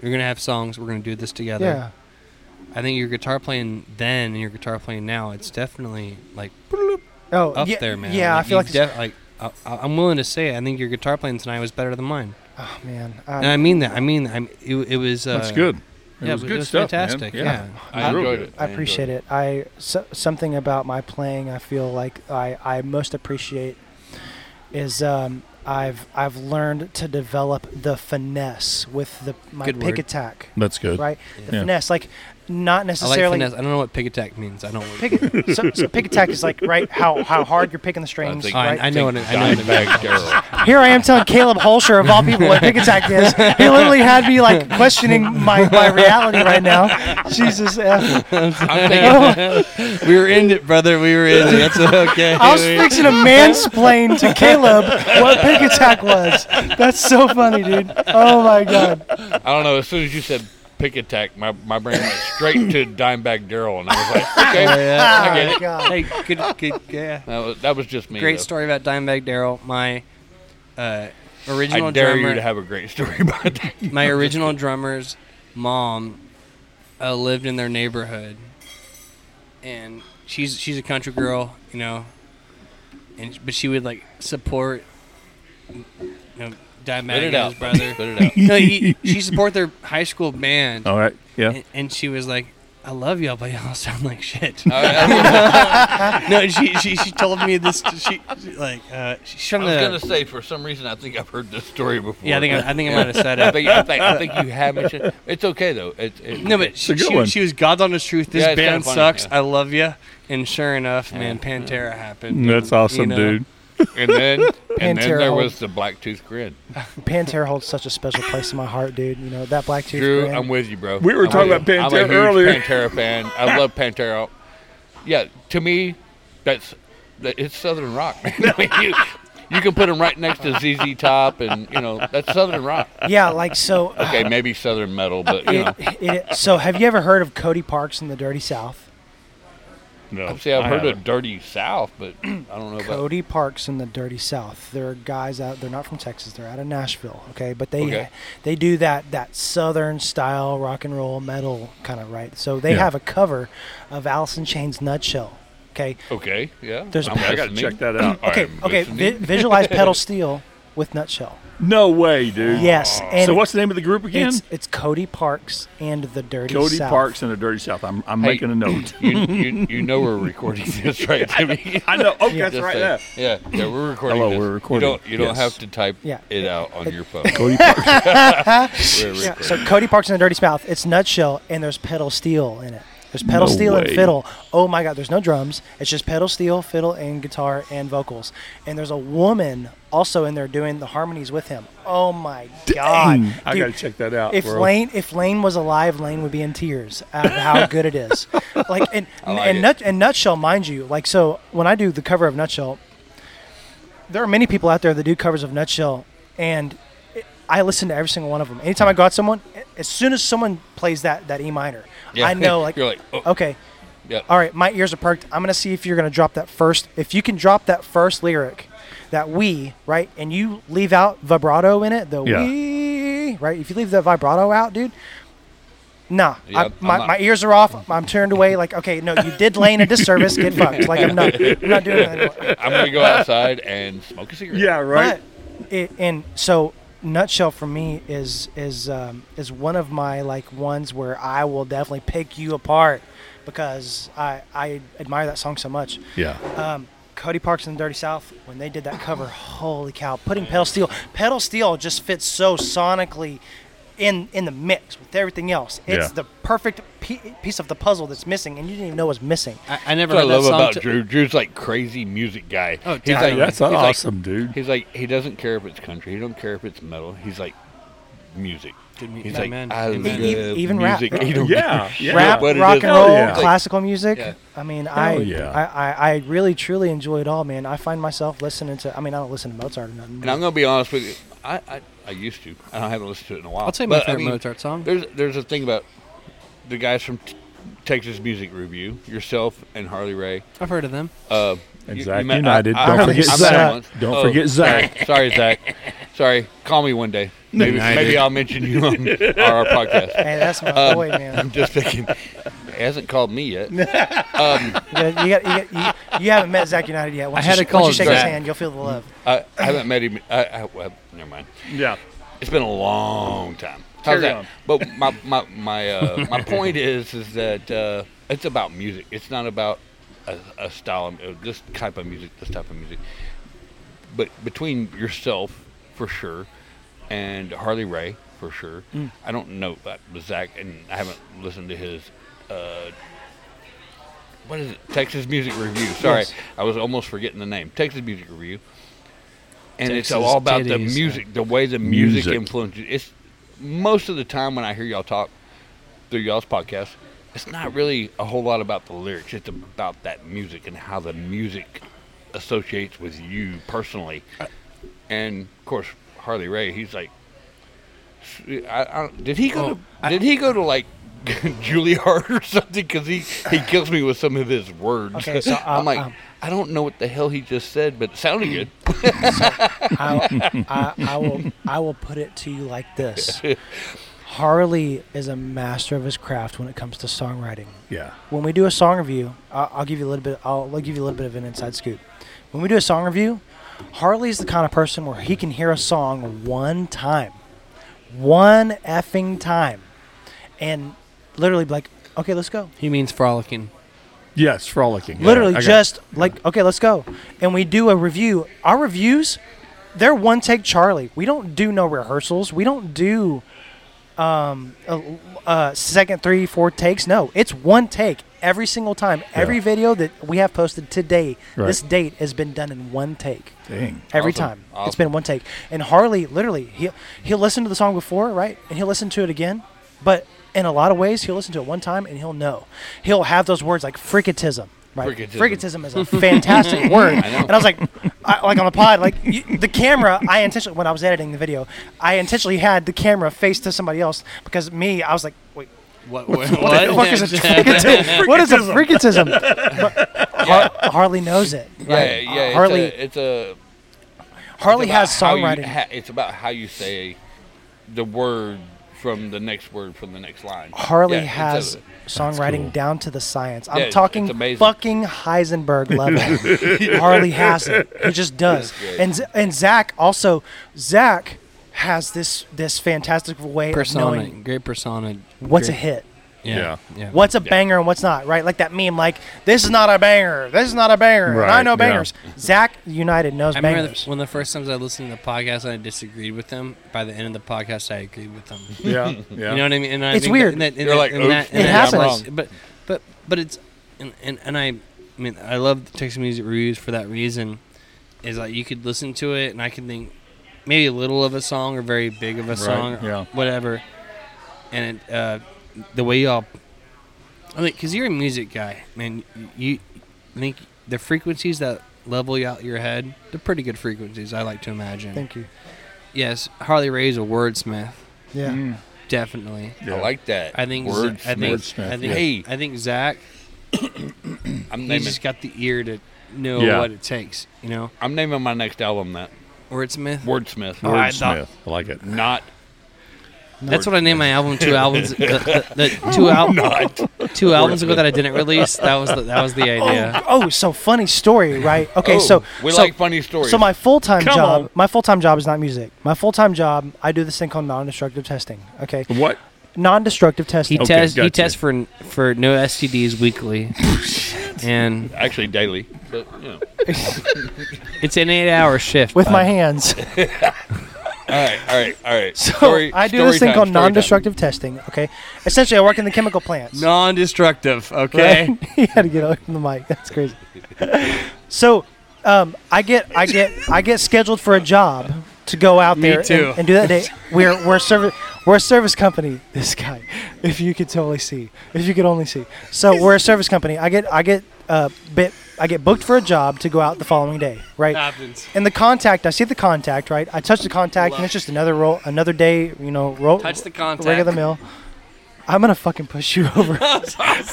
[SPEAKER 3] you're gonna have songs, we're gonna do this together.
[SPEAKER 4] Yeah.
[SPEAKER 3] I think your guitar playing then and your guitar playing now, it's definitely like
[SPEAKER 4] Oh,
[SPEAKER 3] up
[SPEAKER 4] yeah,
[SPEAKER 3] there, man.
[SPEAKER 4] Yeah, I feel
[SPEAKER 3] you
[SPEAKER 4] like. it's-
[SPEAKER 3] def- like I, I- I'm willing to say it. I think your guitar playing tonight was better than mine,
[SPEAKER 4] oh man.
[SPEAKER 3] and
[SPEAKER 4] I,
[SPEAKER 3] I mean that. I mean, I'm, it, it was. Uh,
[SPEAKER 2] That's good. It
[SPEAKER 3] yeah,
[SPEAKER 2] was
[SPEAKER 3] but
[SPEAKER 2] good
[SPEAKER 3] it was
[SPEAKER 2] stuff, man.
[SPEAKER 3] fantastic,
[SPEAKER 2] Yeah.
[SPEAKER 3] yeah.
[SPEAKER 5] I
[SPEAKER 2] Real
[SPEAKER 5] enjoyed
[SPEAKER 2] good.
[SPEAKER 5] it.
[SPEAKER 4] I appreciate it. I so, something about my playing. I feel like I I most appreciate is um I've I've learned to develop the finesse with the my
[SPEAKER 3] Good
[SPEAKER 4] pick
[SPEAKER 3] word.
[SPEAKER 4] attack.
[SPEAKER 2] That's good.
[SPEAKER 4] Right. The
[SPEAKER 2] Yeah.
[SPEAKER 4] finesse, like not
[SPEAKER 3] I like
[SPEAKER 4] necessarily.
[SPEAKER 3] finesse. I don't know what pig attack means. I don't.
[SPEAKER 4] Pick, so, so pick attack is like right how, how hard you're picking the strings.
[SPEAKER 5] think-
[SPEAKER 3] I,
[SPEAKER 4] right?
[SPEAKER 3] I know what it, I know what it
[SPEAKER 5] Dimebag Darrell.
[SPEAKER 4] Here I am telling Caleb Holscher of all people what pick attack is. He literally had me like questioning my, my reality right now. Jesus F.
[SPEAKER 5] I'm thinking,
[SPEAKER 3] We were in it, brother. We were in it. That's okay.
[SPEAKER 4] I was fixing to mansplain to Caleb what pick attack was. That's so funny, dude. Oh my god.
[SPEAKER 5] I don't know. As soon as you said pick attack, my, my brain went straight to Dimebag Darrell, and I was like, okay,
[SPEAKER 4] Oh
[SPEAKER 5] I get
[SPEAKER 4] my
[SPEAKER 5] it.
[SPEAKER 4] god.
[SPEAKER 3] hey, good, good, yeah.
[SPEAKER 5] That was, that was just me.
[SPEAKER 3] Great
[SPEAKER 5] though.
[SPEAKER 3] story about Dimebag Daryl. My uh, original
[SPEAKER 5] I dare
[SPEAKER 3] drummer,
[SPEAKER 5] you to have a great story about that.
[SPEAKER 3] my original drummer's mom uh, lived in their neighborhood, and she's she's a country girl, you know, and but she would like support, you know,
[SPEAKER 5] Spit
[SPEAKER 3] Dimebag
[SPEAKER 5] it
[SPEAKER 3] and
[SPEAKER 5] out,
[SPEAKER 3] his brother.
[SPEAKER 5] Spit it out.
[SPEAKER 3] no, he, she support their high school band,
[SPEAKER 5] Oh.
[SPEAKER 2] All right. Yeah.
[SPEAKER 3] and, and she was like. I love y'all, but y'all sound like shit.
[SPEAKER 5] I, I
[SPEAKER 3] no, she, she she told me this. She, she like uh, she's from
[SPEAKER 5] was
[SPEAKER 3] the
[SPEAKER 5] gonna say for some reason I think I've heard this story before.
[SPEAKER 3] Yeah, I think I, I think I might have said
[SPEAKER 5] I
[SPEAKER 3] it.
[SPEAKER 5] think, I think, I think you have mentioned. It's okay though. It, it,
[SPEAKER 3] No, but
[SPEAKER 2] a
[SPEAKER 3] she,
[SPEAKER 2] good
[SPEAKER 3] she,
[SPEAKER 2] one.
[SPEAKER 3] she was God's honest truth. This
[SPEAKER 5] Yeah, it's kinda
[SPEAKER 3] band
[SPEAKER 5] funny,
[SPEAKER 3] sucks.
[SPEAKER 5] yeah.
[SPEAKER 3] I love you. And sure enough, man, Pantera happened.
[SPEAKER 2] That's
[SPEAKER 3] You
[SPEAKER 2] awesome,
[SPEAKER 3] know?
[SPEAKER 2] dude.
[SPEAKER 5] and then and then
[SPEAKER 4] Pantera
[SPEAKER 5] there
[SPEAKER 4] Hall.
[SPEAKER 5] was the black tooth grin.
[SPEAKER 4] Pantera holds such a special place in my heart, dude. You know that black tooth.
[SPEAKER 5] Drew,
[SPEAKER 4] brand.
[SPEAKER 5] I'm with you, bro.
[SPEAKER 2] We were
[SPEAKER 5] I'm
[SPEAKER 2] talking
[SPEAKER 5] with you.
[SPEAKER 2] about
[SPEAKER 5] I'm a
[SPEAKER 2] Pantera
[SPEAKER 5] huge
[SPEAKER 2] earlier.
[SPEAKER 5] Pantera fan. I love Pantera. Yeah, to me, that's that, it's Southern rock. man. I mean, you, you can put them right next to ZZ Top, and you know that's Southern rock.
[SPEAKER 4] yeah, like so.
[SPEAKER 5] Okay, maybe Southern metal, but you know,
[SPEAKER 4] It, it, so have you ever heard of Cody Parks and the Dirty South?
[SPEAKER 2] No.
[SPEAKER 5] see, I've
[SPEAKER 2] I
[SPEAKER 5] heard
[SPEAKER 2] haven't.
[SPEAKER 5] of Dirty South, but I don't know about.
[SPEAKER 4] Cody Parks and the Dirty South. They're guys out. They're not from Texas. They're out of Nashville. Okay, but they
[SPEAKER 5] Okay.
[SPEAKER 4] they do that that Southern style rock and roll metal kind of right. So they
[SPEAKER 2] Yeah.
[SPEAKER 4] have a cover of Alice in Chains' Nutshell. Okay,
[SPEAKER 5] Okay, yeah.
[SPEAKER 4] There's-
[SPEAKER 5] I'm
[SPEAKER 4] Okay,
[SPEAKER 2] I gotta
[SPEAKER 5] listening.
[SPEAKER 2] check that out.
[SPEAKER 4] okay,
[SPEAKER 5] I'm
[SPEAKER 4] okay. Vi-
[SPEAKER 5] listening.
[SPEAKER 4] visualize pedal steel with Nutshell.
[SPEAKER 2] No way, dude.
[SPEAKER 4] Yes. And
[SPEAKER 2] So what's the name of the group again?
[SPEAKER 4] It's, it's Cody Parks and the Dirty
[SPEAKER 2] Cody
[SPEAKER 4] South.
[SPEAKER 2] Parks and the Dirty South. I'm, I'm
[SPEAKER 5] Hey.
[SPEAKER 2] making a note.
[SPEAKER 5] You, you, you know we're recording this, right, Timmy?
[SPEAKER 2] I know. Oh, that's
[SPEAKER 5] Just
[SPEAKER 2] right.
[SPEAKER 5] say-
[SPEAKER 2] there.
[SPEAKER 5] Yeah, yeah, we're recording.
[SPEAKER 2] Hello,
[SPEAKER 5] this.
[SPEAKER 2] we're recording.
[SPEAKER 5] You don't, you don't
[SPEAKER 2] Yes.
[SPEAKER 5] have to type
[SPEAKER 4] Yeah.
[SPEAKER 5] it out on your phone.
[SPEAKER 2] Cody Parks.
[SPEAKER 5] We're
[SPEAKER 4] Yeah,
[SPEAKER 5] recording.
[SPEAKER 4] so Cody Parks and the Dirty South. It's Nutshell, and there's pedal steel in it. There's pedal
[SPEAKER 2] No
[SPEAKER 4] steel
[SPEAKER 2] way.
[SPEAKER 4] and fiddle. Oh my God, there's no drums. It's just pedal steel, fiddle, and guitar and vocals. And there's a woman also in there doing the harmonies with him. Oh my God.
[SPEAKER 2] Dang. I
[SPEAKER 4] Dude,
[SPEAKER 2] gotta check that out.
[SPEAKER 4] If
[SPEAKER 2] bro.
[SPEAKER 4] Lane if Lane was alive, Lane would be in tears at how good it is. Like and
[SPEAKER 5] like
[SPEAKER 4] and,
[SPEAKER 5] it.
[SPEAKER 4] nut, and nutshell, mind you, like so when I do the cover of Nutshell, there are many people out there that do covers of Nutshell, and it, I listen to every single one of them. Anytime I go out to someone, a- as soon as someone plays that that E minor,
[SPEAKER 5] Yeah.
[SPEAKER 4] I know like,
[SPEAKER 5] You're like, oh.
[SPEAKER 4] okay,
[SPEAKER 5] Yeah.
[SPEAKER 4] all right, my ears are perked. I'm gonna see if you're gonna drop that first. If you can drop that first lyric, that we right, and you leave out vibrato in it, the
[SPEAKER 2] Yeah.
[SPEAKER 4] we right. If you leave that vibrato out, dude. Nah,
[SPEAKER 5] Yeah,
[SPEAKER 4] I-
[SPEAKER 5] I'm
[SPEAKER 4] my,
[SPEAKER 5] not-
[SPEAKER 4] my ears are off. I'm turned away. Like, okay, no, you did Lane a disservice. Get fucked. Like, I'm not, I'm not doing that anymore.
[SPEAKER 5] I'm gonna go outside and smoke a cigarette.
[SPEAKER 2] Yeah. Right.
[SPEAKER 4] But it, and so nutshell for me is is um, is one of my like ones where I will definitely pick you apart because I I admire that song so much.
[SPEAKER 2] Yeah.
[SPEAKER 4] Um, Cody Parks and the Dirty South when they did that cover, holy cow! Putting pedal steel, pedal steel just fits so sonically in in the mix with everything else. It's
[SPEAKER 2] Yeah.
[SPEAKER 4] the perfect pi- piece of the puzzle that's missing, and you didn't even know was missing.
[SPEAKER 3] I, I never
[SPEAKER 5] That's what I
[SPEAKER 3] heard that
[SPEAKER 5] love
[SPEAKER 3] song.
[SPEAKER 5] about
[SPEAKER 3] to-
[SPEAKER 5] Drew. Drew's like crazy music guy.
[SPEAKER 3] Oh,
[SPEAKER 5] he's
[SPEAKER 3] definitely.
[SPEAKER 5] like,
[SPEAKER 2] That's
[SPEAKER 5] he's like-
[SPEAKER 2] awesome, dude.
[SPEAKER 5] He's like he doesn't care if it's country. He don't care if it's metal. He's like music.
[SPEAKER 3] Good mu-
[SPEAKER 5] He's like
[SPEAKER 3] amen,
[SPEAKER 5] I
[SPEAKER 3] amen.
[SPEAKER 5] love
[SPEAKER 4] E- e- even rap.
[SPEAKER 5] music. He don't
[SPEAKER 2] Yeah,
[SPEAKER 5] give a
[SPEAKER 2] yeah.
[SPEAKER 5] shit
[SPEAKER 4] Rap,
[SPEAKER 5] what it
[SPEAKER 4] rock
[SPEAKER 5] is.
[SPEAKER 4] and roll,
[SPEAKER 2] yeah. Like-
[SPEAKER 4] classical music.
[SPEAKER 5] Yeah.
[SPEAKER 4] I mean, I,
[SPEAKER 2] yeah.
[SPEAKER 4] I, I, I really truly enjoy it all, man. I find myself listening to. I mean, I don't listen to Mozart or nothing.
[SPEAKER 5] And I'm gonna be honest with you. I, I, I used to. I don't haven't listened to it in a while.
[SPEAKER 3] I'll tell you my
[SPEAKER 5] But, I
[SPEAKER 3] favorite
[SPEAKER 5] mean,
[SPEAKER 3] Mozart song.
[SPEAKER 5] There's there's a thing about the guys from t- Texas Music Review, yourself and Harley Ray.
[SPEAKER 3] I've heard of them.
[SPEAKER 5] Uh,
[SPEAKER 2] And
[SPEAKER 5] you-
[SPEAKER 2] Zach
[SPEAKER 5] you met-
[SPEAKER 2] United.
[SPEAKER 5] I- I-
[SPEAKER 2] Don't
[SPEAKER 5] I-
[SPEAKER 2] forget
[SPEAKER 5] I met
[SPEAKER 4] Zach.
[SPEAKER 5] him once.
[SPEAKER 2] Don't
[SPEAKER 5] Oh,
[SPEAKER 2] forget Zach.
[SPEAKER 5] Sorry, Zach. Sorry. Call me one day. Maybe, maybe I'll mention you on our podcast.
[SPEAKER 4] Hey, that's my
[SPEAKER 5] Um,
[SPEAKER 4] boy, man.
[SPEAKER 5] I'm just thinking. He hasn't called me yet.
[SPEAKER 4] You, got, you, got, you, got, you, you haven't met Zach United yet. Once
[SPEAKER 3] I had
[SPEAKER 4] you,
[SPEAKER 3] to
[SPEAKER 4] sh-
[SPEAKER 3] call
[SPEAKER 4] once you shake his
[SPEAKER 5] Zach.
[SPEAKER 4] hand, you'll feel the love.
[SPEAKER 5] I, I haven't met him. I, I, well, never mind.
[SPEAKER 2] Yeah.
[SPEAKER 5] It's been a long time. How's
[SPEAKER 2] Carry
[SPEAKER 5] that?
[SPEAKER 2] on.
[SPEAKER 5] But my my my uh, my point is is that uh, it's about music. It's not about a, a style, of- uh, this type of music, this type of music. But between yourself, for sure, and Harley Ray, for sure. I don't know about Zach, and I haven't listened to his. Uh, what is it? Texas Music Review. Sorry,
[SPEAKER 4] Yes.
[SPEAKER 5] I was almost forgetting the name. Texas Music Review. And it's
[SPEAKER 3] Texas
[SPEAKER 5] all about the
[SPEAKER 3] titties, uh,
[SPEAKER 5] music, the way the music,
[SPEAKER 2] Music.
[SPEAKER 5] influences. It's most of the time when I hear y'all talk through y'all's podcast, it's not really a whole lot about the lyrics. It's about that music and how the music associates with you personally. And of course, Harley Ray, he's like, I, I, don't- did he go? to, did he go to like Juilliard or something? Because he he kills me with some of his words.
[SPEAKER 4] Okay, so,
[SPEAKER 5] I'm
[SPEAKER 4] uh,
[SPEAKER 5] like,
[SPEAKER 4] um,
[SPEAKER 5] I don't know what the hell he just said, but it sounded good.
[SPEAKER 4] I, I, I will I will put it to you like this. Harley is a master of his craft when it comes to songwriting.
[SPEAKER 2] Yeah.
[SPEAKER 4] When we do a song review, I'll, I'll give you a little bit. I'll, I'll give you a little bit of an inside scoop. When we do a song review, Harley's the kind of person where he can hear a song one time, one effing time, and literally be like, "Okay, let's go."
[SPEAKER 3] He means frolicking.
[SPEAKER 2] Yes, frolicking. Yeah,
[SPEAKER 4] literally
[SPEAKER 2] I got it.
[SPEAKER 4] just like okay let's go and we do a review our reviews they're one take charlie we don't do no rehearsals we don't do um uh, uh second three four takes no it's one take every single time every
[SPEAKER 2] Yeah.
[SPEAKER 4] video that we have posted today
[SPEAKER 2] Right.
[SPEAKER 4] this date has been done in one take
[SPEAKER 2] Dang.
[SPEAKER 4] every
[SPEAKER 5] Awesome.
[SPEAKER 4] time it's been one take and harley literally he, he'll listen to the song before right and he'll listen to it again but in a lot of ways he'll listen to it one time and he'll know he'll have those words like fricatism right
[SPEAKER 5] Fricatism.
[SPEAKER 4] fricatism is a fantastic word
[SPEAKER 5] know.
[SPEAKER 4] and i was like I, like on the pod like you, the camera i intentionally when i was editing the video i intentionally had the camera face to somebody else because me i was like wait
[SPEAKER 3] What? What?
[SPEAKER 4] what the fuck is a fricatism? What is a fricatism? But Har- Harley knows it.
[SPEAKER 5] Yeah,
[SPEAKER 4] Right?
[SPEAKER 5] yeah.
[SPEAKER 4] Harley
[SPEAKER 5] it's a, it's a
[SPEAKER 4] Harley has
[SPEAKER 5] about how you
[SPEAKER 4] songwriting.
[SPEAKER 5] ha- it's about how you say the word from the next word from the next line.
[SPEAKER 4] Harley
[SPEAKER 5] Yeah,
[SPEAKER 4] has
[SPEAKER 5] it's a-
[SPEAKER 4] songwriting
[SPEAKER 2] cool.
[SPEAKER 4] down to the science.
[SPEAKER 5] Yeah,
[SPEAKER 4] I'm
[SPEAKER 5] it's-
[SPEAKER 4] talking
[SPEAKER 5] it's amazing.
[SPEAKER 4] fucking Heisenberg level. Harley has it. He just does.
[SPEAKER 5] good.
[SPEAKER 4] And Z- and Zach also Zach has this this fantastic way of
[SPEAKER 3] Persona.
[SPEAKER 4] knowing
[SPEAKER 3] Great persona.
[SPEAKER 4] what's
[SPEAKER 3] great,
[SPEAKER 4] a hit.
[SPEAKER 3] Yeah. Yeah.
[SPEAKER 4] What's a banger and what's not, right? Like that meme, like this is not a banger, this is not a banger, and I
[SPEAKER 2] Right,
[SPEAKER 4] know
[SPEAKER 2] yeah.
[SPEAKER 4] bangers. Zach United knows
[SPEAKER 3] I remember
[SPEAKER 4] bangers.
[SPEAKER 3] the, one of the first times I listened to the podcast and I disagreed with them. By the end of the podcast, I agreed with them.
[SPEAKER 2] Yeah. Yeah.
[SPEAKER 3] You know what I mean? And I
[SPEAKER 4] It's
[SPEAKER 3] think
[SPEAKER 4] weird.
[SPEAKER 3] That, and that, and
[SPEAKER 5] You're
[SPEAKER 3] that-
[SPEAKER 5] like,
[SPEAKER 3] and
[SPEAKER 5] "Oops,
[SPEAKER 3] that- and
[SPEAKER 4] It
[SPEAKER 3] that-
[SPEAKER 4] happens.
[SPEAKER 3] like, But but but it's and and, and I, I mean I love the Texas music reviews for that reason. Is like you could listen to it and I can think maybe a little of a song or very big of a song, or
[SPEAKER 2] yeah.
[SPEAKER 3] whatever. And it, uh, the way y'all, I mean, because you're a music guy, man. You I think the frequencies that level you out your head, they're pretty good frequencies. I like to imagine.
[SPEAKER 4] Thank you.
[SPEAKER 3] yes, Harley Ray's a wordsmith,
[SPEAKER 4] Yeah.
[SPEAKER 3] definitely.
[SPEAKER 5] I like that.
[SPEAKER 3] I think
[SPEAKER 5] words.
[SPEAKER 3] I think
[SPEAKER 2] Wordsmith,
[SPEAKER 3] I think
[SPEAKER 5] yeah.
[SPEAKER 3] I think Zach
[SPEAKER 5] I'm
[SPEAKER 3] he's
[SPEAKER 5] naming.
[SPEAKER 3] just got the ear to know
[SPEAKER 2] Yeah.
[SPEAKER 3] what it takes, you know.
[SPEAKER 5] I'm naming my next album that
[SPEAKER 3] Wordsmith.
[SPEAKER 5] Wordsmith.
[SPEAKER 2] Wordsmith. I like it.
[SPEAKER 5] Not
[SPEAKER 3] That's what I named my album two albums the, the, the two al- two albums ago that I didn't release. That was the, that was the idea.
[SPEAKER 4] Oh, so funny story, right? Okay,
[SPEAKER 5] Oh,
[SPEAKER 4] so
[SPEAKER 5] we
[SPEAKER 4] so,
[SPEAKER 5] like funny stories.
[SPEAKER 4] So my full time
[SPEAKER 2] Come
[SPEAKER 4] job,
[SPEAKER 2] on.
[SPEAKER 4] my full time job is not music. My full time job, I do this thing called non-destructive testing. Okay,
[SPEAKER 2] What?
[SPEAKER 4] non-destructive
[SPEAKER 3] He
[SPEAKER 4] testing.
[SPEAKER 2] Okay,
[SPEAKER 3] tests he
[SPEAKER 2] gotcha.
[SPEAKER 3] tests for for no STDs weekly, and
[SPEAKER 5] actually daily. But, you know.
[SPEAKER 3] it's an eight hour shift.
[SPEAKER 4] with
[SPEAKER 3] bud.
[SPEAKER 4] my hands.
[SPEAKER 5] All right, all right, all right.
[SPEAKER 4] So
[SPEAKER 5] Story-
[SPEAKER 4] I do
[SPEAKER 5] story
[SPEAKER 4] this thing
[SPEAKER 5] time,
[SPEAKER 4] called
[SPEAKER 5] story time.
[SPEAKER 4] non-destructive testing. Okay, essentially I work in the chemical plants.
[SPEAKER 3] non-destructive. Okay.
[SPEAKER 4] Right? he had to get away from the mic. That's crazy. so, um, I get I get I get scheduled for a job to go out
[SPEAKER 3] Me
[SPEAKER 4] there and-
[SPEAKER 3] too.
[SPEAKER 4] And, do that day. We're we're a service we're a service company. This guy, if you could totally see, if you could only see. So we're a service company. I get I get uh bit I get booked for a job to go out the following day. Right.
[SPEAKER 3] Happens.
[SPEAKER 4] And the contact, I see the contact, right? I touch the contact, and it's just another roll, another day, you know, roll.
[SPEAKER 3] Touch the contact.
[SPEAKER 4] Regular mill. I'm gonna fucking push you over. Take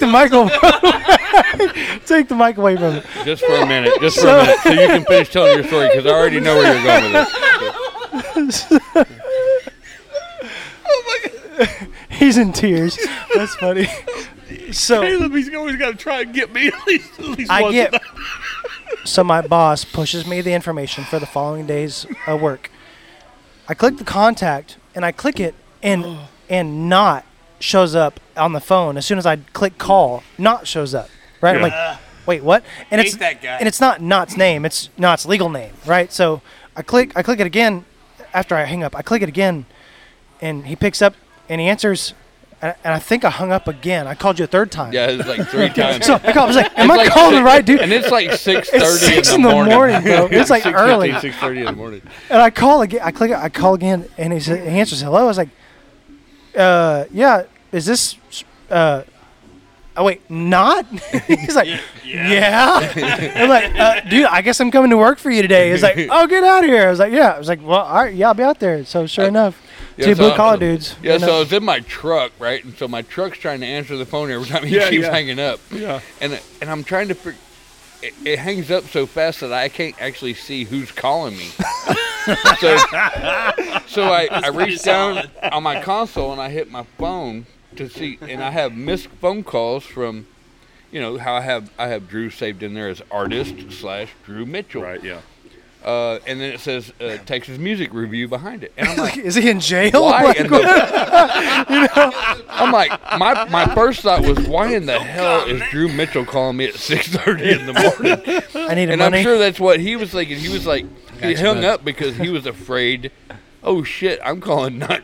[SPEAKER 4] the mic away. Take the mic away from me.
[SPEAKER 5] Just for a minute, just for a minute, so you can finish telling your story because I already know where you're going with it.
[SPEAKER 4] He's in tears. That's funny. So
[SPEAKER 2] Caleb, he's always got to try and get me at least, at least
[SPEAKER 4] I
[SPEAKER 2] once.
[SPEAKER 4] get. So my boss pushes me the information for the following day's uh, work. I click the contact and I click it and
[SPEAKER 7] Oh.
[SPEAKER 4] and not shows up on the phone. As soon as I click call, not shows up. Right? I'm like, wait, what? And it's
[SPEAKER 7] that guy.
[SPEAKER 4] and it's not not's name. It's not's legal name, right? So I click I click it again after I hang up. I click it again, and he picks up and he answers. And and I think I hung up again. I called you a third time.
[SPEAKER 5] Yeah, it's like three times.
[SPEAKER 4] So I called. I was like, "Am I
[SPEAKER 5] like
[SPEAKER 4] calling
[SPEAKER 5] six-
[SPEAKER 4] the right dude?"
[SPEAKER 5] And it's like six thirty.
[SPEAKER 4] It's six in the morning, bro. It's like early.
[SPEAKER 5] Six thirty in the morning.
[SPEAKER 4] And I call again. I click. I call again, and he, says, he answers. Hello. I was like, uh, yeah. Is this? Uh, oh wait, not. He's like, yeah. I'm like, uh, dude. I guess I'm coming to work for you today. He's like, oh, get out of here. I was like, yeah. I was like, well, all right, yeah, I'll be out there. So sure enough,
[SPEAKER 5] yeah,
[SPEAKER 4] two
[SPEAKER 5] so-
[SPEAKER 4] blue collar dudes.
[SPEAKER 5] Yeah,
[SPEAKER 4] you know.
[SPEAKER 5] so I was in my truck, right? And so my truck's trying to answer the phone every time he
[SPEAKER 2] Yeah,
[SPEAKER 5] keeps
[SPEAKER 2] yeah.
[SPEAKER 5] hanging up.
[SPEAKER 2] Yeah.
[SPEAKER 5] And and I'm trying to. fig- It, it hangs up so fast that I can't actually see who's calling me. so so I, I reach down on my console and I hit my phone to see, and I have missed phone calls from, you know, how I have I have Drew saved in there as artist slash Drew Mitchell.
[SPEAKER 2] Right, yeah.
[SPEAKER 5] Uh, and then it says uh, Texas Music Review behind it, and I'm like.
[SPEAKER 4] Is he in jail?
[SPEAKER 5] Why
[SPEAKER 4] Like,
[SPEAKER 5] in the, I'm like my my first thought was why in the
[SPEAKER 2] Oh,
[SPEAKER 5] hell is Drew Mitchell calling me at 6:30 in the morning?
[SPEAKER 4] I need
[SPEAKER 5] And
[SPEAKER 4] money.
[SPEAKER 5] I'm sure that's what he was thinking. He was like he
[SPEAKER 3] Gotcha,
[SPEAKER 5] hung
[SPEAKER 3] bud.
[SPEAKER 5] up because he was afraid. Oh shit! I'm calling not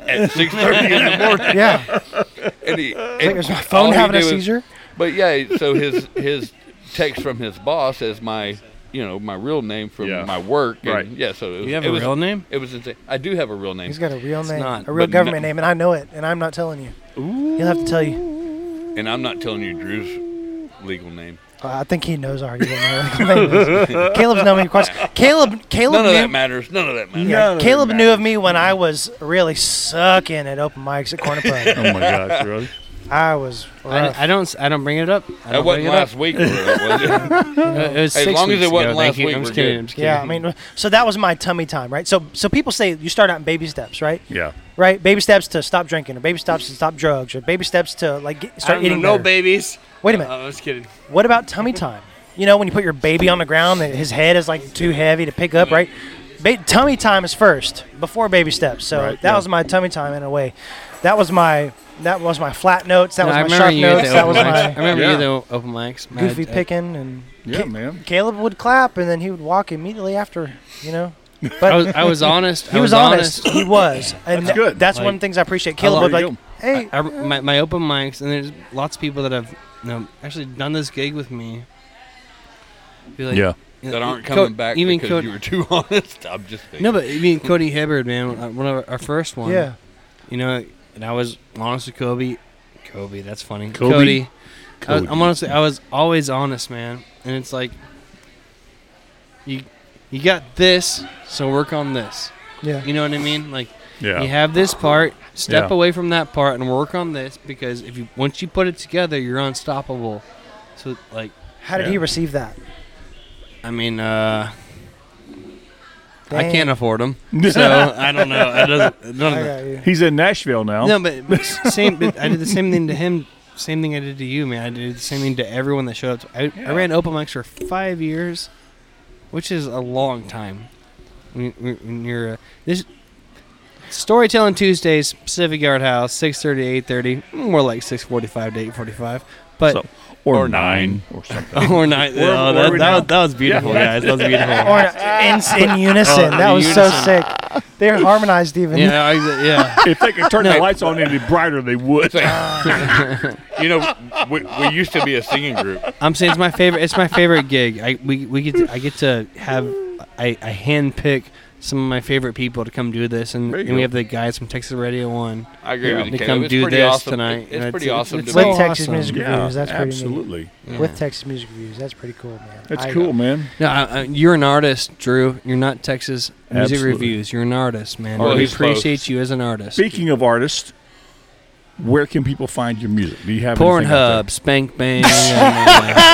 [SPEAKER 5] at 6:30 in the morning.
[SPEAKER 4] yeah.
[SPEAKER 5] And he, and
[SPEAKER 4] Is my
[SPEAKER 5] all
[SPEAKER 4] phone
[SPEAKER 5] he
[SPEAKER 4] having a
[SPEAKER 5] did was-
[SPEAKER 4] seizure?
[SPEAKER 5] But yeah, so his his text from his boss as my you know my real name from
[SPEAKER 2] Yeah.
[SPEAKER 5] my work. and
[SPEAKER 2] Right.
[SPEAKER 5] Yeah. So it was,
[SPEAKER 3] You have
[SPEAKER 5] it
[SPEAKER 3] a
[SPEAKER 5] was,
[SPEAKER 3] real name?
[SPEAKER 5] It was insane. I do have a real name.
[SPEAKER 4] He's got a real name,
[SPEAKER 3] not,
[SPEAKER 4] a real
[SPEAKER 5] but
[SPEAKER 4] government
[SPEAKER 5] no-
[SPEAKER 4] name, and I know it, and I'm not telling you. He'll have to tell you.
[SPEAKER 5] And I'm not telling you Drew's legal name.
[SPEAKER 4] Uh, I think he knows already what my legal name is. Caleb's known me quite. Caleb, Caleb
[SPEAKER 5] None of that
[SPEAKER 4] knew.
[SPEAKER 5] matters. None of that matters.
[SPEAKER 4] yeah,
[SPEAKER 2] None of it
[SPEAKER 4] Caleb knew
[SPEAKER 2] matters.
[SPEAKER 4] of me when I was really sucking at open mics at Corner Pub.
[SPEAKER 2] Oh my gosh, really?
[SPEAKER 4] I was rough.
[SPEAKER 3] I, I don't. s- I don't bring it up. I
[SPEAKER 5] That
[SPEAKER 3] don't
[SPEAKER 5] wasn't
[SPEAKER 3] bring it up.
[SPEAKER 5] last week. was it? Was it?
[SPEAKER 3] Uh, it was
[SPEAKER 5] As
[SPEAKER 3] six
[SPEAKER 5] long as
[SPEAKER 3] weeks
[SPEAKER 5] it wasn't
[SPEAKER 3] ago, thank
[SPEAKER 5] last
[SPEAKER 3] you.
[SPEAKER 5] week,
[SPEAKER 3] I'm just
[SPEAKER 5] we're
[SPEAKER 3] kidding.
[SPEAKER 5] good.
[SPEAKER 3] I'm just kidding.
[SPEAKER 4] yeah, I mean, so that was my tummy time, right? So, so people say you start out in baby steps, right?
[SPEAKER 2] Yeah.
[SPEAKER 4] Right? Baby steps to stop drinking, or baby steps to stop drugs, or baby steps to like get,
[SPEAKER 7] I
[SPEAKER 4] start
[SPEAKER 7] don't
[SPEAKER 4] eating.
[SPEAKER 7] know no
[SPEAKER 4] better.
[SPEAKER 7] babies.
[SPEAKER 4] Wait a
[SPEAKER 7] Uh,
[SPEAKER 4] minute.
[SPEAKER 7] I was kidding.
[SPEAKER 4] What about tummy time? You know, when you put your baby on the ground, that his head is like too heavy to pick
[SPEAKER 3] Mm-hmm.
[SPEAKER 4] up, right? Ba- tummy time is first before baby steps. So
[SPEAKER 2] Right,
[SPEAKER 4] that
[SPEAKER 2] yeah.
[SPEAKER 4] was my tummy time in a way. That was my that was my flat notes. That
[SPEAKER 3] No,
[SPEAKER 4] was
[SPEAKER 3] I
[SPEAKER 4] my
[SPEAKER 3] remember
[SPEAKER 4] sharp
[SPEAKER 3] you at
[SPEAKER 4] notes.
[SPEAKER 3] the
[SPEAKER 4] That was
[SPEAKER 3] open mics. I
[SPEAKER 4] my
[SPEAKER 3] remember you
[SPEAKER 2] Yeah.
[SPEAKER 3] at the open mics. man.
[SPEAKER 4] goofy
[SPEAKER 3] I- I-
[SPEAKER 4] picking. And
[SPEAKER 2] Yeah, man.
[SPEAKER 4] Caleb would clap, and then he would walk immediately after. You know,
[SPEAKER 3] I was, I was honest.
[SPEAKER 4] he
[SPEAKER 3] I
[SPEAKER 4] was,
[SPEAKER 3] was,
[SPEAKER 4] honest. He was, and
[SPEAKER 2] That's
[SPEAKER 4] th-
[SPEAKER 2] good.
[SPEAKER 4] That's one
[SPEAKER 3] Like,
[SPEAKER 4] of the things I appreciate. Caleb
[SPEAKER 2] like
[SPEAKER 4] would
[SPEAKER 2] you.
[SPEAKER 4] like, hey,
[SPEAKER 3] I, my, my open mics, and there's lots of people that have you know, actually done this gig with me. Be like,
[SPEAKER 2] Yeah.
[SPEAKER 3] you know,
[SPEAKER 5] That aren't
[SPEAKER 3] Co-
[SPEAKER 5] coming back
[SPEAKER 3] Even
[SPEAKER 5] because
[SPEAKER 3] Co-
[SPEAKER 5] you were too honest. I'm just thinking.
[SPEAKER 3] no, but I mean Cody Hibbard, man, uh, one of our- our first one.
[SPEAKER 4] yeah,
[SPEAKER 3] You know, and I was honest with Kobe. Kobe, that's funny.
[SPEAKER 2] Kobe.
[SPEAKER 3] Cody. I was,
[SPEAKER 2] Cody.
[SPEAKER 3] I'm honestly, I was always honest, man. And it's like, you, you got this, so work on this.
[SPEAKER 4] yeah,
[SPEAKER 3] You know what I mean? Like.
[SPEAKER 2] Yeah.
[SPEAKER 3] You have this part, step
[SPEAKER 2] Yeah.
[SPEAKER 3] away from that part, and work on this because if you once you put it together, you're unstoppable. So like,
[SPEAKER 4] How did
[SPEAKER 2] Yeah.
[SPEAKER 4] he receive that?
[SPEAKER 3] I mean, uh, I can't
[SPEAKER 4] Dang.
[SPEAKER 3] afford them, so I don't know. I doesn't, none
[SPEAKER 4] I
[SPEAKER 3] of
[SPEAKER 4] got
[SPEAKER 3] that.
[SPEAKER 4] you.
[SPEAKER 2] He's in Nashville now.
[SPEAKER 3] No, but, but s- same. But I did the same thing to him. Same thing I did to you, man. I did the same thing to everyone that showed up. I, I ran open mics for five years, which is a long time. When, when when you're uh, this storytelling Tuesdays, Pacific Yard House, six thirty to eight thirty, more like six forty-five to eight forty-five. But
[SPEAKER 2] So- or,
[SPEAKER 3] or
[SPEAKER 2] nine or something.
[SPEAKER 3] or not.
[SPEAKER 2] Where-
[SPEAKER 3] oh,
[SPEAKER 2] where are
[SPEAKER 3] that,
[SPEAKER 2] we
[SPEAKER 3] that,
[SPEAKER 2] now?
[SPEAKER 3] was, that was beautiful, guys. That was beautiful.
[SPEAKER 4] Or uh, in, in unison.
[SPEAKER 3] Oh,
[SPEAKER 4] that
[SPEAKER 3] in
[SPEAKER 4] was so
[SPEAKER 3] unison.
[SPEAKER 4] sick. They were harmonized even.
[SPEAKER 3] yeah, I, yeah.
[SPEAKER 2] if they could turn the lights on any brighter, they would.
[SPEAKER 5] you know, we, we used to be a singing group.
[SPEAKER 3] I'm saying it's my favorite. It's my favorite gig. I we, we get to, I get to have I, I handpick some of my favorite people to come do this, and,
[SPEAKER 2] There you
[SPEAKER 3] and we
[SPEAKER 2] go.
[SPEAKER 3] have the guys from Texas Radio One.
[SPEAKER 5] I agree
[SPEAKER 2] Yeah.
[SPEAKER 5] with you.
[SPEAKER 3] They
[SPEAKER 5] Caleb.
[SPEAKER 3] come
[SPEAKER 5] it's
[SPEAKER 3] do
[SPEAKER 5] pretty
[SPEAKER 3] this
[SPEAKER 5] awesome. It-
[SPEAKER 3] tonight, and
[SPEAKER 5] It's
[SPEAKER 3] it's-
[SPEAKER 5] pretty
[SPEAKER 3] it's-
[SPEAKER 5] awesome.
[SPEAKER 3] it's
[SPEAKER 5] to
[SPEAKER 4] With
[SPEAKER 5] be-
[SPEAKER 3] so
[SPEAKER 4] Texas
[SPEAKER 3] awesome.
[SPEAKER 4] Music
[SPEAKER 2] yeah,
[SPEAKER 4] Reviews. That's pretty neat.
[SPEAKER 2] absolutely.
[SPEAKER 4] With Texas Music Reviews. That's pretty cool, man.
[SPEAKER 2] That's
[SPEAKER 4] I- uh,
[SPEAKER 2] cool, man.
[SPEAKER 3] No, I, I, you're an artist, Drew. You're not Texas Music
[SPEAKER 2] Absolutely.
[SPEAKER 3] Reviews. You're an artist, man.
[SPEAKER 5] Well,
[SPEAKER 3] we
[SPEAKER 5] Oh, he's close.
[SPEAKER 3] appreciate you as an artist.
[SPEAKER 2] Speaking of artists, where can people find your music? Do you have anything out
[SPEAKER 3] Pornhub, Spank Bang. and, uh,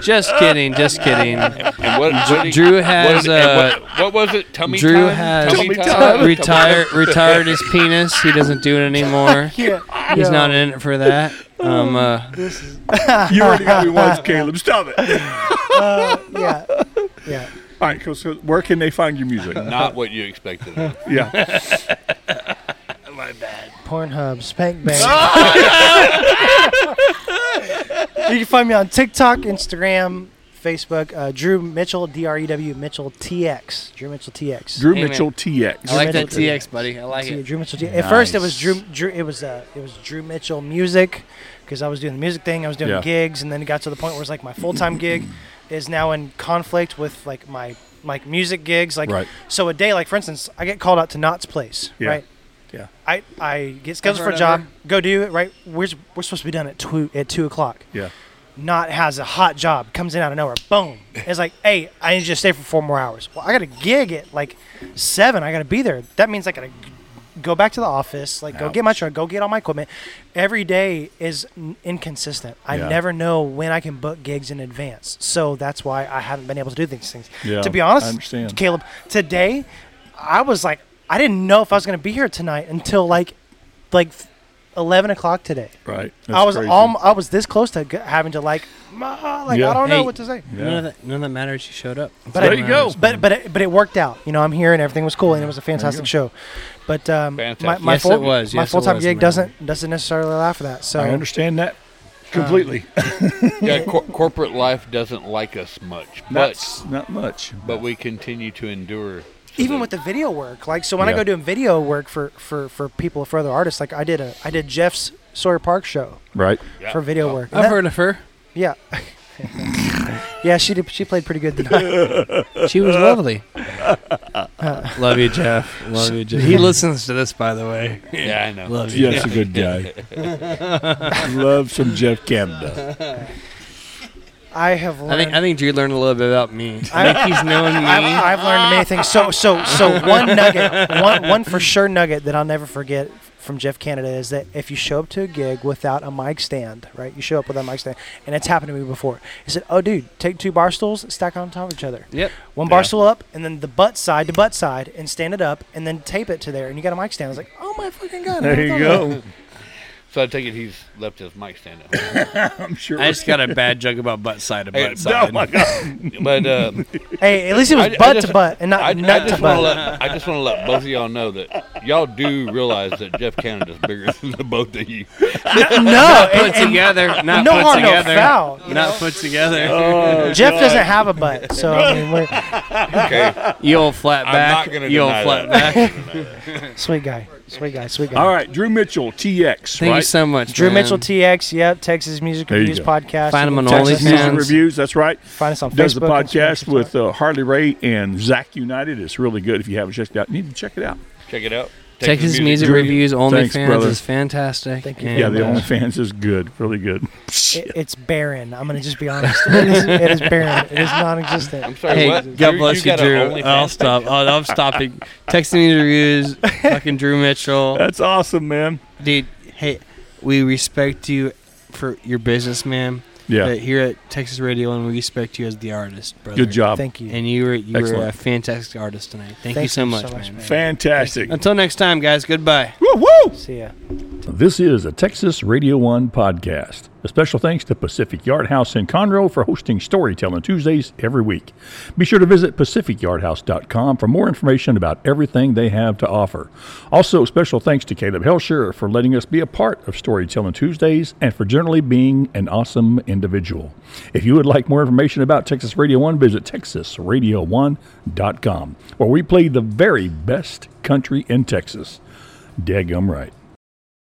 [SPEAKER 3] just kidding, just kidding.
[SPEAKER 5] And what, what he-
[SPEAKER 3] Drew
[SPEAKER 5] what,
[SPEAKER 3] has.
[SPEAKER 5] and
[SPEAKER 3] Uh,
[SPEAKER 5] what, what was it? Tummy
[SPEAKER 3] Drew
[SPEAKER 5] time?
[SPEAKER 3] has
[SPEAKER 5] Tummy time?
[SPEAKER 3] retired retired his penis. He doesn't do it anymore. He's
[SPEAKER 4] Yo,
[SPEAKER 3] not in it for that. Um, uh,
[SPEAKER 4] This is,
[SPEAKER 2] there? You already got me once, Caleb. Stop it. All
[SPEAKER 4] uh, yeah. Yeah.
[SPEAKER 2] right, so, so where can they find your music?
[SPEAKER 5] Not what you expected.
[SPEAKER 2] Yeah,
[SPEAKER 4] Pornhub, Spank Bang. you can find me on TikTok, Instagram, Facebook. Uh, Drew Mitchell, D R E W Mitchell TX. Drew Mitchell TX.
[SPEAKER 2] Drew
[SPEAKER 3] Hey, man.
[SPEAKER 2] Mitchell TX.
[SPEAKER 3] I like that
[SPEAKER 4] Drew Mitchell.
[SPEAKER 3] TX, buddy. I like
[SPEAKER 4] See,
[SPEAKER 3] it.
[SPEAKER 4] Drew Mitchell. TX. At first, it was
[SPEAKER 2] Nice.
[SPEAKER 4] Drew. Drew it was uh, it was Drew Mitchell music because I was doing the music thing. I was doing
[SPEAKER 2] Yeah.
[SPEAKER 4] gigs, and then it got to the point where it's like my full time gig is now in conflict with like my like music gigs. Like
[SPEAKER 2] Right.
[SPEAKER 4] so, a day like for instance, I get called out to Knott's Place,
[SPEAKER 2] Yeah.
[SPEAKER 4] right?
[SPEAKER 2] Yeah.
[SPEAKER 4] I, I get scheduled for a
[SPEAKER 3] heard
[SPEAKER 4] job.
[SPEAKER 3] of
[SPEAKER 4] Go do it right. We're, we're supposed to be done at two at two o'clock.
[SPEAKER 2] Yeah.
[SPEAKER 4] Not has a hot job, comes in out of nowhere, boom. It's like, hey, I need you to stay for four more hours. Well, I got a gig at like seven. I got to be there. That means I got to go back to the office, like go get my truck, go get all my equipment. Every day is n- inconsistent. I
[SPEAKER 2] Yeah.
[SPEAKER 4] never know when I can book gigs in advance, so that's why I haven't been able to do these things.
[SPEAKER 2] Yeah,
[SPEAKER 4] to be honest,
[SPEAKER 2] I understand.
[SPEAKER 4] Caleb, today I was like, I didn't know if I was going to be here tonight until like, like. 11 o'clock today.
[SPEAKER 2] Right.
[SPEAKER 4] I
[SPEAKER 2] That's
[SPEAKER 4] was
[SPEAKER 2] crazy.
[SPEAKER 4] alm- I was this close to g- having to like, "Ma," like
[SPEAKER 2] Yeah.
[SPEAKER 4] I don't know
[SPEAKER 3] Hey.
[SPEAKER 4] what to say.
[SPEAKER 2] Yeah.
[SPEAKER 3] None of that, none of that matters. You showed up.
[SPEAKER 4] But
[SPEAKER 2] There
[SPEAKER 4] I-
[SPEAKER 2] you go.
[SPEAKER 4] But but it, but it worked out. You know, I'm here and everything was cool and it was a fantastic show. But um, my,
[SPEAKER 5] Fantastic.
[SPEAKER 4] my
[SPEAKER 3] Yes,
[SPEAKER 4] full,
[SPEAKER 3] it was.
[SPEAKER 4] my
[SPEAKER 3] Yes, it
[SPEAKER 4] full time
[SPEAKER 3] was,
[SPEAKER 4] gig
[SPEAKER 3] man.
[SPEAKER 4] doesn't doesn't necessarily allow for that. So
[SPEAKER 2] I understand
[SPEAKER 4] Um,
[SPEAKER 2] that completely.
[SPEAKER 5] yeah, cor- corporate life doesn't like us much,
[SPEAKER 2] not,
[SPEAKER 5] but
[SPEAKER 2] s- not much.
[SPEAKER 5] but we continue to endure.
[SPEAKER 4] even with the video work, like so when I
[SPEAKER 2] Yeah.
[SPEAKER 4] go doing video work for for for people for other artists, like I did a I did Jeff's Sawyer Park show
[SPEAKER 2] right.
[SPEAKER 5] Yeah.
[SPEAKER 4] for video work.
[SPEAKER 3] I've
[SPEAKER 4] That-
[SPEAKER 3] heard of her.
[SPEAKER 4] Yeah. yeah, she did, she played pretty good tonight.
[SPEAKER 3] She was lovely. Love you, Jeff. Love you, Jeff. He listens to this, by the way.
[SPEAKER 5] yeah, I know.
[SPEAKER 3] Love you.
[SPEAKER 2] Yes, a good guy. Love some Jeff Canada.
[SPEAKER 4] I have
[SPEAKER 3] I
[SPEAKER 4] learned.
[SPEAKER 3] think I think Drew learned a little bit about me. I
[SPEAKER 4] I-
[SPEAKER 3] think he's known me.
[SPEAKER 4] I've, I've learned many things. So so so one nugget, one one for sure nugget that I'll never forget from Jeff Canada is that if you show up to a gig without a mic stand, right? You show up without a mic stand, and it's happened to me before. He said, "Oh, dude, take two bar stools, stack on top of each other.
[SPEAKER 3] yep.
[SPEAKER 4] One bar stool up, and then the butt side to butt side, and stand it up, and then tape it to there, and you got a mic stand." I was like, "Oh my fucking god!" I
[SPEAKER 2] There
[SPEAKER 4] never
[SPEAKER 2] you
[SPEAKER 4] thought of
[SPEAKER 2] go.
[SPEAKER 5] So I take it he's left his mic stand at home.
[SPEAKER 2] I'm sure.
[SPEAKER 3] I just got a bad joke about butt side to
[SPEAKER 5] Hey,
[SPEAKER 3] butt
[SPEAKER 2] oh
[SPEAKER 3] side.
[SPEAKER 2] my God.
[SPEAKER 5] But uh,
[SPEAKER 4] that. Hey, at least it was
[SPEAKER 5] I- I
[SPEAKER 4] butt
[SPEAKER 5] just-
[SPEAKER 4] to butt and not
[SPEAKER 5] I, I
[SPEAKER 4] nut to
[SPEAKER 5] just want to
[SPEAKER 4] butt.
[SPEAKER 5] let I just want to let both of y'all know that y'all do realize that Jeff Canada's bigger than the both of you.
[SPEAKER 4] no, and-
[SPEAKER 3] Put together, not
[SPEAKER 4] no
[SPEAKER 3] put
[SPEAKER 4] harm, no
[SPEAKER 3] together,
[SPEAKER 4] foul, you
[SPEAKER 3] not put together.
[SPEAKER 4] and Jeff doesn't have a butt, so I mean, we're-
[SPEAKER 5] Okay,
[SPEAKER 3] You old flat
[SPEAKER 5] I'm
[SPEAKER 3] back.
[SPEAKER 5] not gonna
[SPEAKER 3] you old
[SPEAKER 5] deny
[SPEAKER 3] flat
[SPEAKER 5] that.
[SPEAKER 3] back.
[SPEAKER 4] Sweet guy. Sweet guy. Sweet guy.
[SPEAKER 2] All right, Drew Mitchell, TX.
[SPEAKER 3] Thank
[SPEAKER 2] right?
[SPEAKER 3] you so much,
[SPEAKER 4] Drew
[SPEAKER 3] man.
[SPEAKER 4] Mitchell TX. Yep. Texas Music
[SPEAKER 2] There you
[SPEAKER 4] Reviews
[SPEAKER 2] go.
[SPEAKER 4] podcast.
[SPEAKER 3] Find him on
[SPEAKER 4] Texas
[SPEAKER 2] Texas Music
[SPEAKER 3] OnlyFans.
[SPEAKER 2] Reviews. That's right.
[SPEAKER 4] Find us on
[SPEAKER 2] Does the
[SPEAKER 4] Facebook and
[SPEAKER 2] podcast
[SPEAKER 4] Instagram.
[SPEAKER 2] with uh, Harley Ray and Zach United. It's really good. If you haven't checked it out, you need to check it out.
[SPEAKER 5] check it out.
[SPEAKER 3] Texas Music
[SPEAKER 2] Drew.
[SPEAKER 3] Reviews
[SPEAKER 2] Thanks,
[SPEAKER 3] OnlyFans
[SPEAKER 2] brother.
[SPEAKER 3] is fantastic.
[SPEAKER 4] Thank you.
[SPEAKER 3] And,
[SPEAKER 2] Yeah, the
[SPEAKER 3] uh,
[SPEAKER 2] OnlyFans is good. Really good.
[SPEAKER 4] It- it's barren. I'm gonna just be honest. it, is, it is barren. It is non-existent.
[SPEAKER 5] I'm sorry.
[SPEAKER 3] Hey,
[SPEAKER 5] what?
[SPEAKER 3] God
[SPEAKER 5] Drew,
[SPEAKER 3] bless you,
[SPEAKER 5] got a
[SPEAKER 3] Drew.
[SPEAKER 5] OnlyFans?
[SPEAKER 3] I'll stop. I'll, I'm stopping. Texas Music Reviews, fucking Drew Mitchell,
[SPEAKER 2] That's awesome, man.
[SPEAKER 3] dude. Hey, we respect you for your business, man.
[SPEAKER 2] Yeah.
[SPEAKER 3] that here at Texas Radio, and we respect you as the artist, brother.
[SPEAKER 2] Good job.
[SPEAKER 4] Thank you.
[SPEAKER 3] And you were you were a
[SPEAKER 2] Excellent.
[SPEAKER 3] fantastic artist tonight. Thank, you so much, man.
[SPEAKER 2] Fantastic.
[SPEAKER 3] Until next time, guys. Goodbye.
[SPEAKER 2] Woo woo!
[SPEAKER 4] See ya.
[SPEAKER 2] This is a Texas Radio 1 podcast. A special thanks to Pacific Yard House in Conroe for hosting Storytelling Tuesdays every week. Be sure to visit pacificyardhouse.com for more information about everything they have to offer. Also, special thanks to Caleb Helsher for letting us be a part of Storytelling Tuesdays and for generally being an awesome individual. If you would like more information about Texas Radio 1, visit texasradio1.com, where we play the very best country in Texas. Daggum right.